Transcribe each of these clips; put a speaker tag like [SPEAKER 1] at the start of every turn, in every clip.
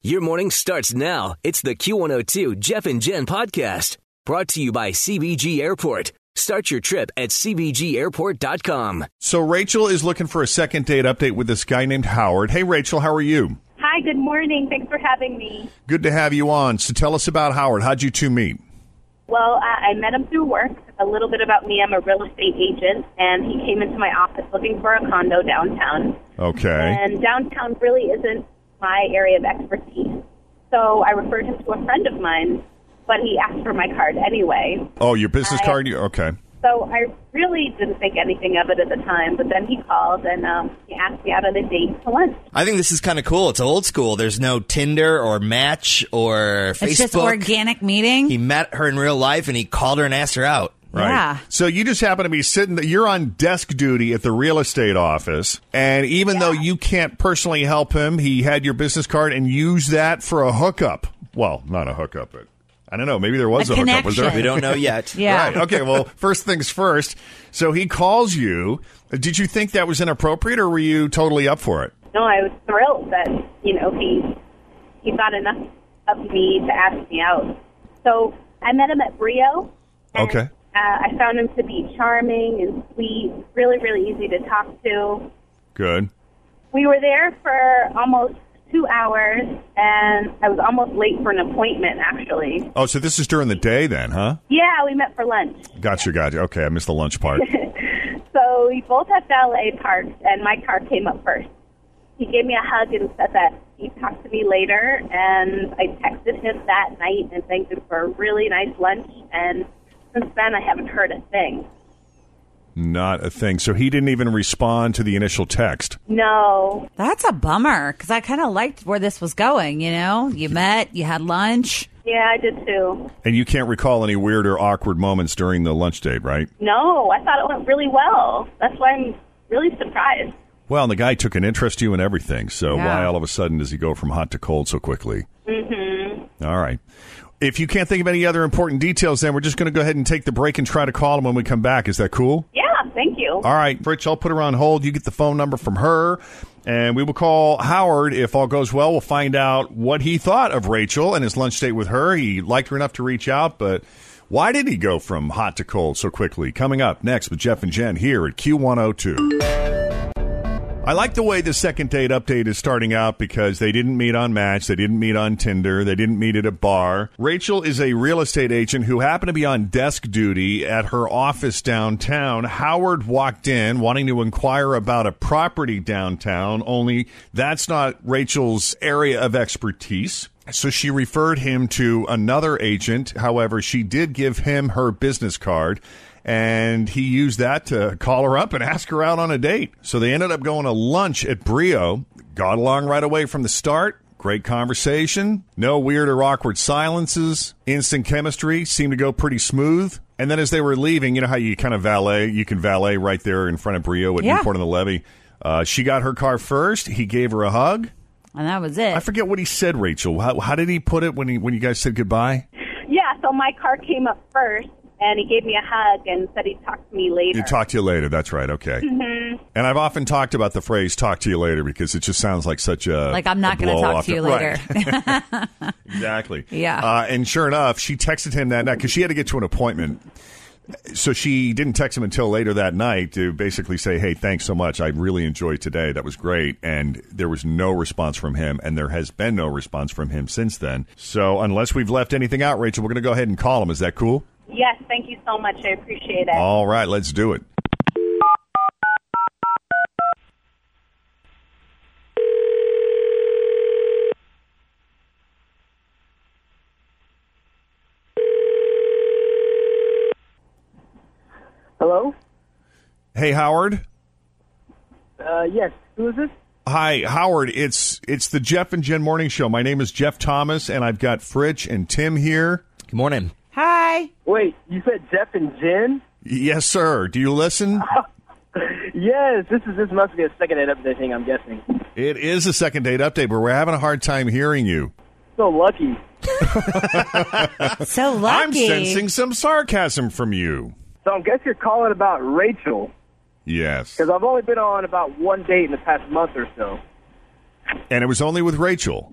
[SPEAKER 1] Your morning starts now. It's the Q102 Jeff and Jen podcast brought to you by CBG Airport. Start your trip at CBGAirport.com.
[SPEAKER 2] So Rachel is looking for a second date update with this guy named Howard. Hey Rachel, how are you?
[SPEAKER 3] Hi, good morning. Thanks for having me.
[SPEAKER 2] Good to have you on. So tell us about Howard. How'd you two meet?
[SPEAKER 3] Well, uh, I I met him through work. A little bit about me I'm a real estate agent, and he came into my office looking for a condo downtown.
[SPEAKER 2] Okay.
[SPEAKER 3] And downtown really isn't my area of expertise. So I referred him to a friend of mine, but he asked for my card anyway.
[SPEAKER 2] Oh, your business card? You- Okay.
[SPEAKER 3] So I really didn't think anything of it at the time, but then he called and um, he asked me out on a date to lunch.
[SPEAKER 4] I think this is kind of cool. It's old school. There's no Tinder or Match or Facebook.
[SPEAKER 5] It's just organic meeting.
[SPEAKER 4] He met her in real life and he called her and asked her out.
[SPEAKER 2] Right.
[SPEAKER 5] Yeah.
[SPEAKER 2] So you just happen to be sitting you're on desk duty at the real estate office and even though you can't personally help him, he had your business card and used that for a hookup. Well, not a hookup, but I don't know, maybe there was
[SPEAKER 5] A
[SPEAKER 2] a, hookup. Was there?
[SPEAKER 5] connection.
[SPEAKER 4] We don't know yet.
[SPEAKER 5] yeah.
[SPEAKER 2] Right. Okay. Well, first things first. So he calls you. Did you think that was inappropriate, or were you totally up for it?
[SPEAKER 3] No, I was thrilled that you know he he thought enough of me to ask me out. So I met him at Brio. And,
[SPEAKER 2] Okay.
[SPEAKER 3] Uh, I found him to be charming and sweet, really, really easy to talk to.
[SPEAKER 2] Good.
[SPEAKER 3] We were there for almost two hours, and I was almost late for an appointment. Actually,
[SPEAKER 2] Oh, so this is during the day then, huh?
[SPEAKER 3] yeah, we met for lunch.
[SPEAKER 2] Gotcha, gotcha. Okay, I missed the lunch part.
[SPEAKER 3] So we both had valet parks, and my car came up first. He gave me a hug and said that he'd talk to me later, and I texted him that night and thanked him for a really nice lunch. And since then, I haven't heard a thing.
[SPEAKER 2] Not a thing. So he didn't even respond to the initial text.
[SPEAKER 3] No,
[SPEAKER 5] That's a bummer because I kind of liked where this was going. You know, you met, you had lunch.
[SPEAKER 3] yeah, I did too.
[SPEAKER 2] And you can't recall any weird or awkward moments during the lunch date, right?
[SPEAKER 3] No, I thought it went really well. That's why I'm really surprised.
[SPEAKER 2] Well, and the guy took an interest in you and everything. So
[SPEAKER 5] Yeah.
[SPEAKER 2] why all of a sudden does he go from hot to cold so quickly? Mm-hmm. right. If you can't think of any other important details, then we're just going to go ahead and take the break and try to call him when we come back. Is that cool?
[SPEAKER 3] Yeah, thank you.
[SPEAKER 2] All right, Rich, I'll put her on hold. You get the phone number from her, and we will call Howard. If all goes well, we'll find out what he thought of Rachel and his lunch date with her. He liked her enough to reach out, but why did he go from hot to cold so quickly? Coming up next with Jeff and Jen here at Q102. I like the way the second date update is starting out because they didn't meet on Match, they didn't meet on Tinder, they didn't meet at a bar. Rachel is a real estate agent who happened to be on desk duty at her office downtown. Howard walked in wanting to inquire about a property downtown, only that's not Rachel's area of expertise. So she referred him to another agent. However, she did give him her business card and he used that to call her up and ask her out on a date. So they ended up going to lunch at Brio. Got along right away from the start. Great conversation. No weird or awkward silences. Instant chemistry seemed to go pretty smooth. And then as they were leaving, you know how you kind of valet, you can valet right there in front of Brio at
[SPEAKER 5] Yeah.
[SPEAKER 2] Newport on the Levee. Uh, she got her car first. He gave her a hug.
[SPEAKER 5] And that was it.
[SPEAKER 2] I forget what he said, Rachel. How, how did he put it when he when you guys said goodbye?
[SPEAKER 3] Yeah, so my car came up first, and he gave me a hug and said he'd talk to me later.
[SPEAKER 2] You talk to you later. That's right. Okay. And I've often talked about the phrase "talk to you later" because it just sounds like such a
[SPEAKER 5] like, I'm not going to talk to you later.
[SPEAKER 2] exactly.
[SPEAKER 5] Yeah.
[SPEAKER 2] Uh, and sure enough, she texted him that night because she had to get to an appointment. so she didn't text him until later that night to basically say, "Hey, thanks so much. I really enjoyed today. That was great." And there was no response from him, and there has been no response from him since then. So unless we've left anything out, Rachel, we're going to go ahead and call him. Is that cool?
[SPEAKER 3] Yes, thank you so much. I appreciate it.
[SPEAKER 2] All right, let's do it.
[SPEAKER 6] Hello?
[SPEAKER 2] Hey, Howard.
[SPEAKER 6] Uh, yes. Who is this?
[SPEAKER 2] Hi, Howard. It's it's the Jeff and Jen Morning Show. My name is Jeff Thomas, and I've got Fritch and Tim here.
[SPEAKER 4] Good morning.
[SPEAKER 5] Hi.
[SPEAKER 6] Wait, you said Jeff and Jen?
[SPEAKER 2] Yes, sir. Do you listen?
[SPEAKER 6] Yes, this is this must be a second ed update thing, I'm guessing.
[SPEAKER 2] It is a second date update, but we're having a hard time hearing you.
[SPEAKER 6] So lucky.
[SPEAKER 5] So lucky.
[SPEAKER 2] I'm sensing some sarcasm from you.
[SPEAKER 6] So I guess you're calling about Rachel,
[SPEAKER 2] Yes.
[SPEAKER 6] because I've only been on about one date in the past month or so.
[SPEAKER 2] And it was only with Rachel.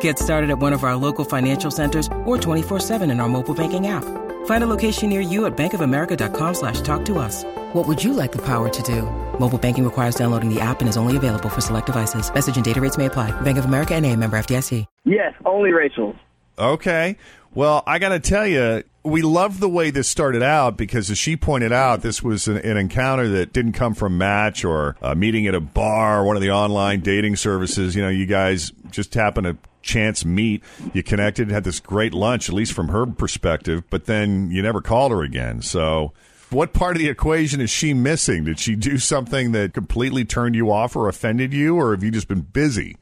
[SPEAKER 7] Get started at one of our local financial centers or 24-7 in our mobile banking app. Find a location near you at bankofamerica.com slash talk to us. What would you like the power to do? Mobile banking requires downloading the app and is only available for select devices. Message and data rates may apply. Bank of America and a member FDIC.
[SPEAKER 6] Yes, only Rachel.
[SPEAKER 2] Okay. Well, I got to tell you, we love the way this started out because, as she pointed out, this was an, an encounter that didn't come from Match or a meeting at a bar, or one of the online dating services. You know, you guys just happened to chance meet. You connected, had this great lunch, at least from her perspective, but then you never called her again. So. What part of the equation is she missing? Did she do something that completely turned you off or offended you, or have you just been busy?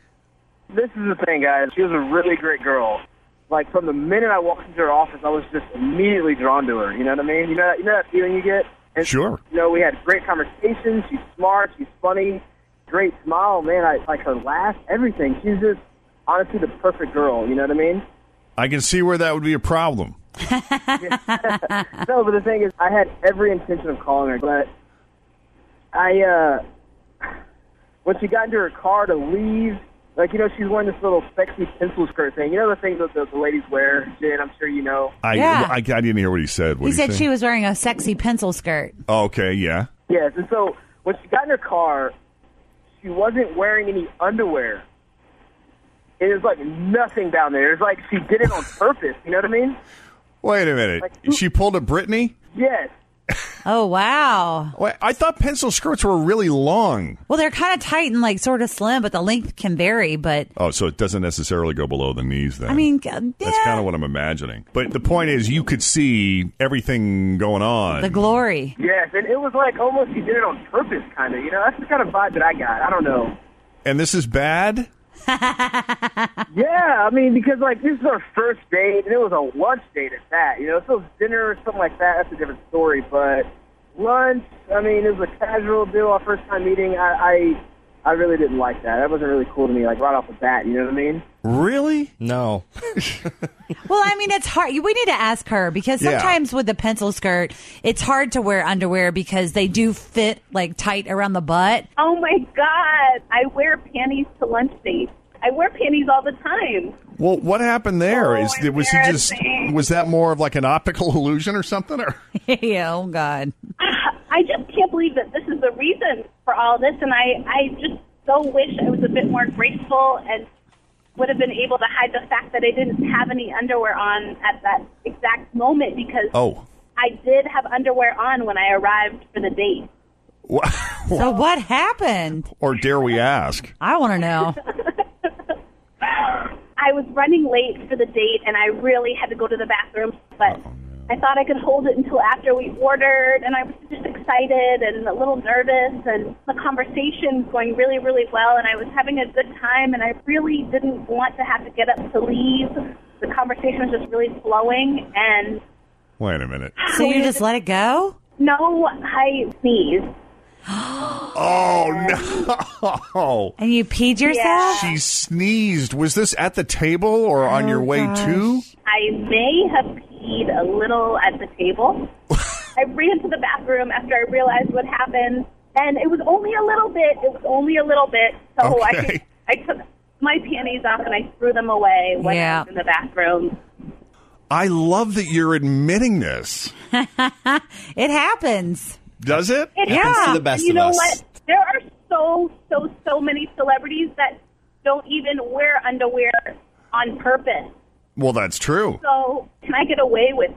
[SPEAKER 6] This is the thing, guys. She was a really great girl. Like from the minute I walked into her office, I was just immediately drawn to her. You know what I mean? You know that you know that feeling you get. And
[SPEAKER 2] Sure.
[SPEAKER 6] You know, we had great conversations. She's smart. She's funny. Great smile, man. I like her laugh. Everything. She's just honestly the perfect girl. You know what I mean?
[SPEAKER 2] I can see where that would be a problem.
[SPEAKER 6] No, but the thing is, I had every intention of calling her, but I, uh, when she got into her car to leave, like, you know, she's wearing this little sexy pencil skirt thing. You know the thing that the, the ladies wear, Jen, I'm sure you know.
[SPEAKER 2] I,
[SPEAKER 5] Yeah.
[SPEAKER 2] I, I didn't hear what he said. What
[SPEAKER 5] He
[SPEAKER 2] did
[SPEAKER 5] said
[SPEAKER 2] say?
[SPEAKER 5] she was wearing a sexy pencil skirt.
[SPEAKER 2] Oh, Okay, yeah.
[SPEAKER 6] Yes, and so when she got in her car, she wasn't wearing any underwear. It was like nothing down there. It was like she did it on purpose. You know what I mean?
[SPEAKER 2] Wait a minute. she pulled a Britney?
[SPEAKER 6] Yes.
[SPEAKER 5] Oh wow.
[SPEAKER 2] Wait, I thought pencil skirts were really long.
[SPEAKER 5] Well, they're kind of tight and like sort of slim, but the length can vary. But
[SPEAKER 2] Oh, so it doesn't necessarily go below the knees then.
[SPEAKER 5] I mean, g- yeah,
[SPEAKER 2] that's kind of what I'm imagining. But the point is, you could see everything going on.
[SPEAKER 5] the glory.
[SPEAKER 6] Yes, and it was like almost she did it on purpose, kind of. You know, that's the kind of vibe that I got. I don't know.
[SPEAKER 2] and this is bad?
[SPEAKER 6] Yeah, I mean, because like this is our first date, and it was a lunch date at that. You know, if it was dinner or something like that, that's a different story. But lunch, I mean, it was a casual deal, our first time meeting. I, I, I really didn't like that. That wasn't really cool to me, like right off the bat. You know what I mean?
[SPEAKER 2] Really?
[SPEAKER 4] No.
[SPEAKER 5] Well, I mean, it's hard. We need to ask her because
[SPEAKER 2] Yeah.
[SPEAKER 5] sometimes with the pencil skirt, it's hard to wear underwear because they do fit like tight around the butt.
[SPEAKER 3] Oh my god! I wear panties to lunch dates. I wear panties all the time.
[SPEAKER 2] Well, what happened there?
[SPEAKER 3] Oh,
[SPEAKER 2] Is did- was he just
[SPEAKER 3] embarrassing.
[SPEAKER 2] was that more of like an optical illusion or something? Or
[SPEAKER 5] yeah, oh god.
[SPEAKER 3] I just can't believe that this is the reason for all this, and I, I just so wish I was a bit more graceful and would have been able to hide the fact that I didn't have any underwear on at that exact moment because
[SPEAKER 2] oh,
[SPEAKER 3] I did have underwear on when I arrived for the date.
[SPEAKER 2] Wha-
[SPEAKER 5] So what happened?
[SPEAKER 2] Oh. or dare we ask?
[SPEAKER 5] I want to know.
[SPEAKER 3] I was running late for the date, and I really had to go to the bathroom, but I thought I could hold it until after we ordered, and I was just excited and a little nervous, and the conversation was going really, really well, and I was having a good time, and I really didn't want to have to get up to leave. The conversation was just really flowing, and
[SPEAKER 2] Wait a minute.
[SPEAKER 5] So you just let it go?
[SPEAKER 3] No, I sneezed.
[SPEAKER 2] Oh no!
[SPEAKER 5] And you peed yourself?
[SPEAKER 2] She sneezed. Was this at the table or on your way to?
[SPEAKER 3] I may have peed a little at the table. I ran to the bathroom after I realized what happened, and it was only a little bit. It was only a little bit. So
[SPEAKER 2] Okay.
[SPEAKER 3] I, I took my panties off and I threw them away when I
[SPEAKER 2] Yeah.
[SPEAKER 3] was in the bathroom.
[SPEAKER 2] I love that you're admitting this.
[SPEAKER 5] it happens.
[SPEAKER 2] Does it?
[SPEAKER 3] you know what? There are so so so many celebrities that don't even wear underwear on purpose.
[SPEAKER 2] Well, that's true.
[SPEAKER 3] So can I get away with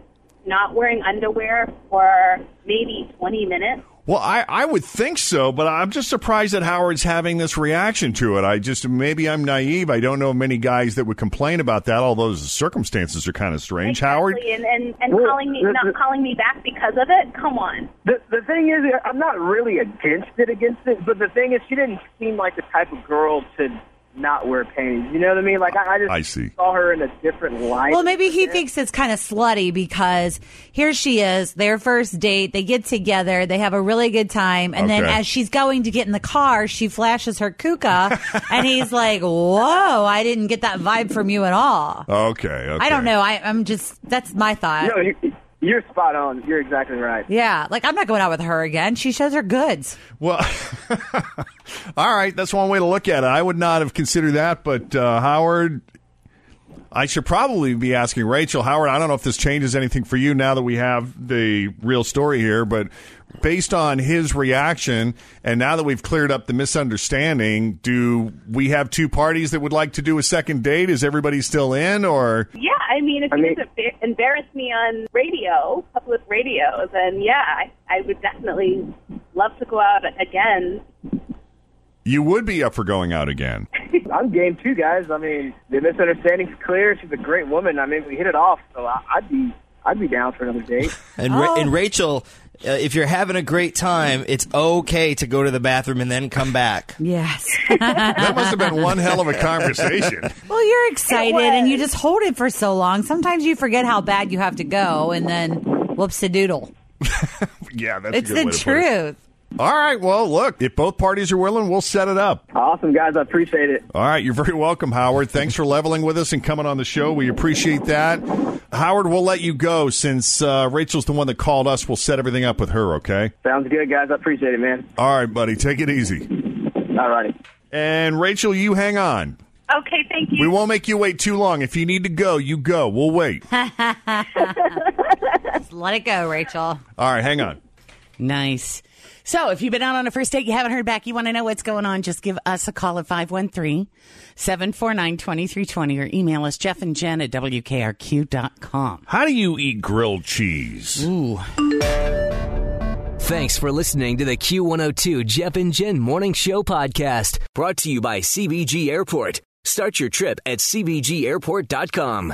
[SPEAKER 3] not wearing underwear for maybe twenty minutes?
[SPEAKER 2] Well, I, I would think so, but I'm just surprised that Howard's having this reaction to it. I just, maybe I'm naive. I don't know many guys that would complain about that, although the circumstances are kind of strange. Howard,
[SPEAKER 3] and and, and
[SPEAKER 6] Well,
[SPEAKER 3] calling me
[SPEAKER 6] the-
[SPEAKER 3] not
[SPEAKER 6] the-
[SPEAKER 3] calling me back because of it. Come on.
[SPEAKER 6] The the thing is, I'm not really against it, against it, but the thing is, she didn't seem like the type of girl to not wear panties. You know what I mean? Like I, I just
[SPEAKER 2] I see.
[SPEAKER 6] saw her in a different light.
[SPEAKER 5] Well, maybe he thinks it's kind of slutty because here she is, their first date. They get together, they have a really good time, and then
[SPEAKER 8] Okay.
[SPEAKER 5] as she's going to get in the car, she flashes her kuka, and he's like, "Whoa, I didn't get that vibe from you at all."
[SPEAKER 2] okay,
[SPEAKER 5] I don't know. I, I'm just that's my thought.
[SPEAKER 6] No, you, you're spot on. You're exactly right.
[SPEAKER 5] yeah, like I'm not going out with her again. She shows her goods.
[SPEAKER 2] Well, all right, that's one way to look at it. I would not have considered that, but uh, Howard, I should probably be asking Rachel. Howard, I don't know if this changes anything for you now that we have the real story here, but based on his reaction, and now that we've cleared up the misunderstanding, do we have two parties that would like to do a second date? Is everybody still in, or
[SPEAKER 3] Yeah, I mean, if
[SPEAKER 2] I
[SPEAKER 3] you
[SPEAKER 2] mean-
[SPEAKER 3] just embar- embarrass me on radio, public radio, then yeah, I, I would definitely love to go out again.
[SPEAKER 2] you would be up for going out again?
[SPEAKER 6] I'm game too, guys. I mean, the misunderstanding's clear. She's a great woman. I mean, we hit it off, so I, I'd be I'd be down for another date.
[SPEAKER 4] And, Ra- and Rachel, uh, if you're having a great time, it's okay to go to the bathroom and then come back.
[SPEAKER 5] Yes.
[SPEAKER 2] That must have been one hell of a conversation.
[SPEAKER 5] Well, you're excited and you just hold it for so long. Sometimes you forget how bad you have to go, and then whoops a doodle.
[SPEAKER 2] Yeah, that's
[SPEAKER 5] It's
[SPEAKER 2] a good
[SPEAKER 5] the
[SPEAKER 2] way to put it.
[SPEAKER 5] truth.
[SPEAKER 2] All right. Well, look, if both parties are willing, we'll set it up.
[SPEAKER 6] Awesome, guys. I appreciate it.
[SPEAKER 2] All right. You're very welcome, Howard. Thanks for leveling with us and coming on the show. We appreciate that. Howard, we'll let you go since uh, Rachel's the one that called us. We'll set everything up with her, okay?
[SPEAKER 6] Sounds good, guys. I appreciate it, man.
[SPEAKER 2] All right, buddy. Take it easy.
[SPEAKER 6] All righty.
[SPEAKER 2] And Rachel, you hang on.
[SPEAKER 3] Okay, thank
[SPEAKER 2] We won't make you wait too long. If you need to go, you go. We'll wait.
[SPEAKER 5] Just let it go, Rachel.
[SPEAKER 2] All right. Hang on.
[SPEAKER 8] Nice.
[SPEAKER 9] So, if you've been out on a first date, you haven't heard back, you want to know what's going on, just give us a call at 513 749 2320 or email us, Jeff and Jen at WKRQ.com.
[SPEAKER 2] How do you eat grilled cheese?
[SPEAKER 9] Ooh.
[SPEAKER 1] Thanks for listening to the Q102 Jeff and Jen Morning Show podcast, brought to you by CBG Airport. Start your trip at CBGAirport.com.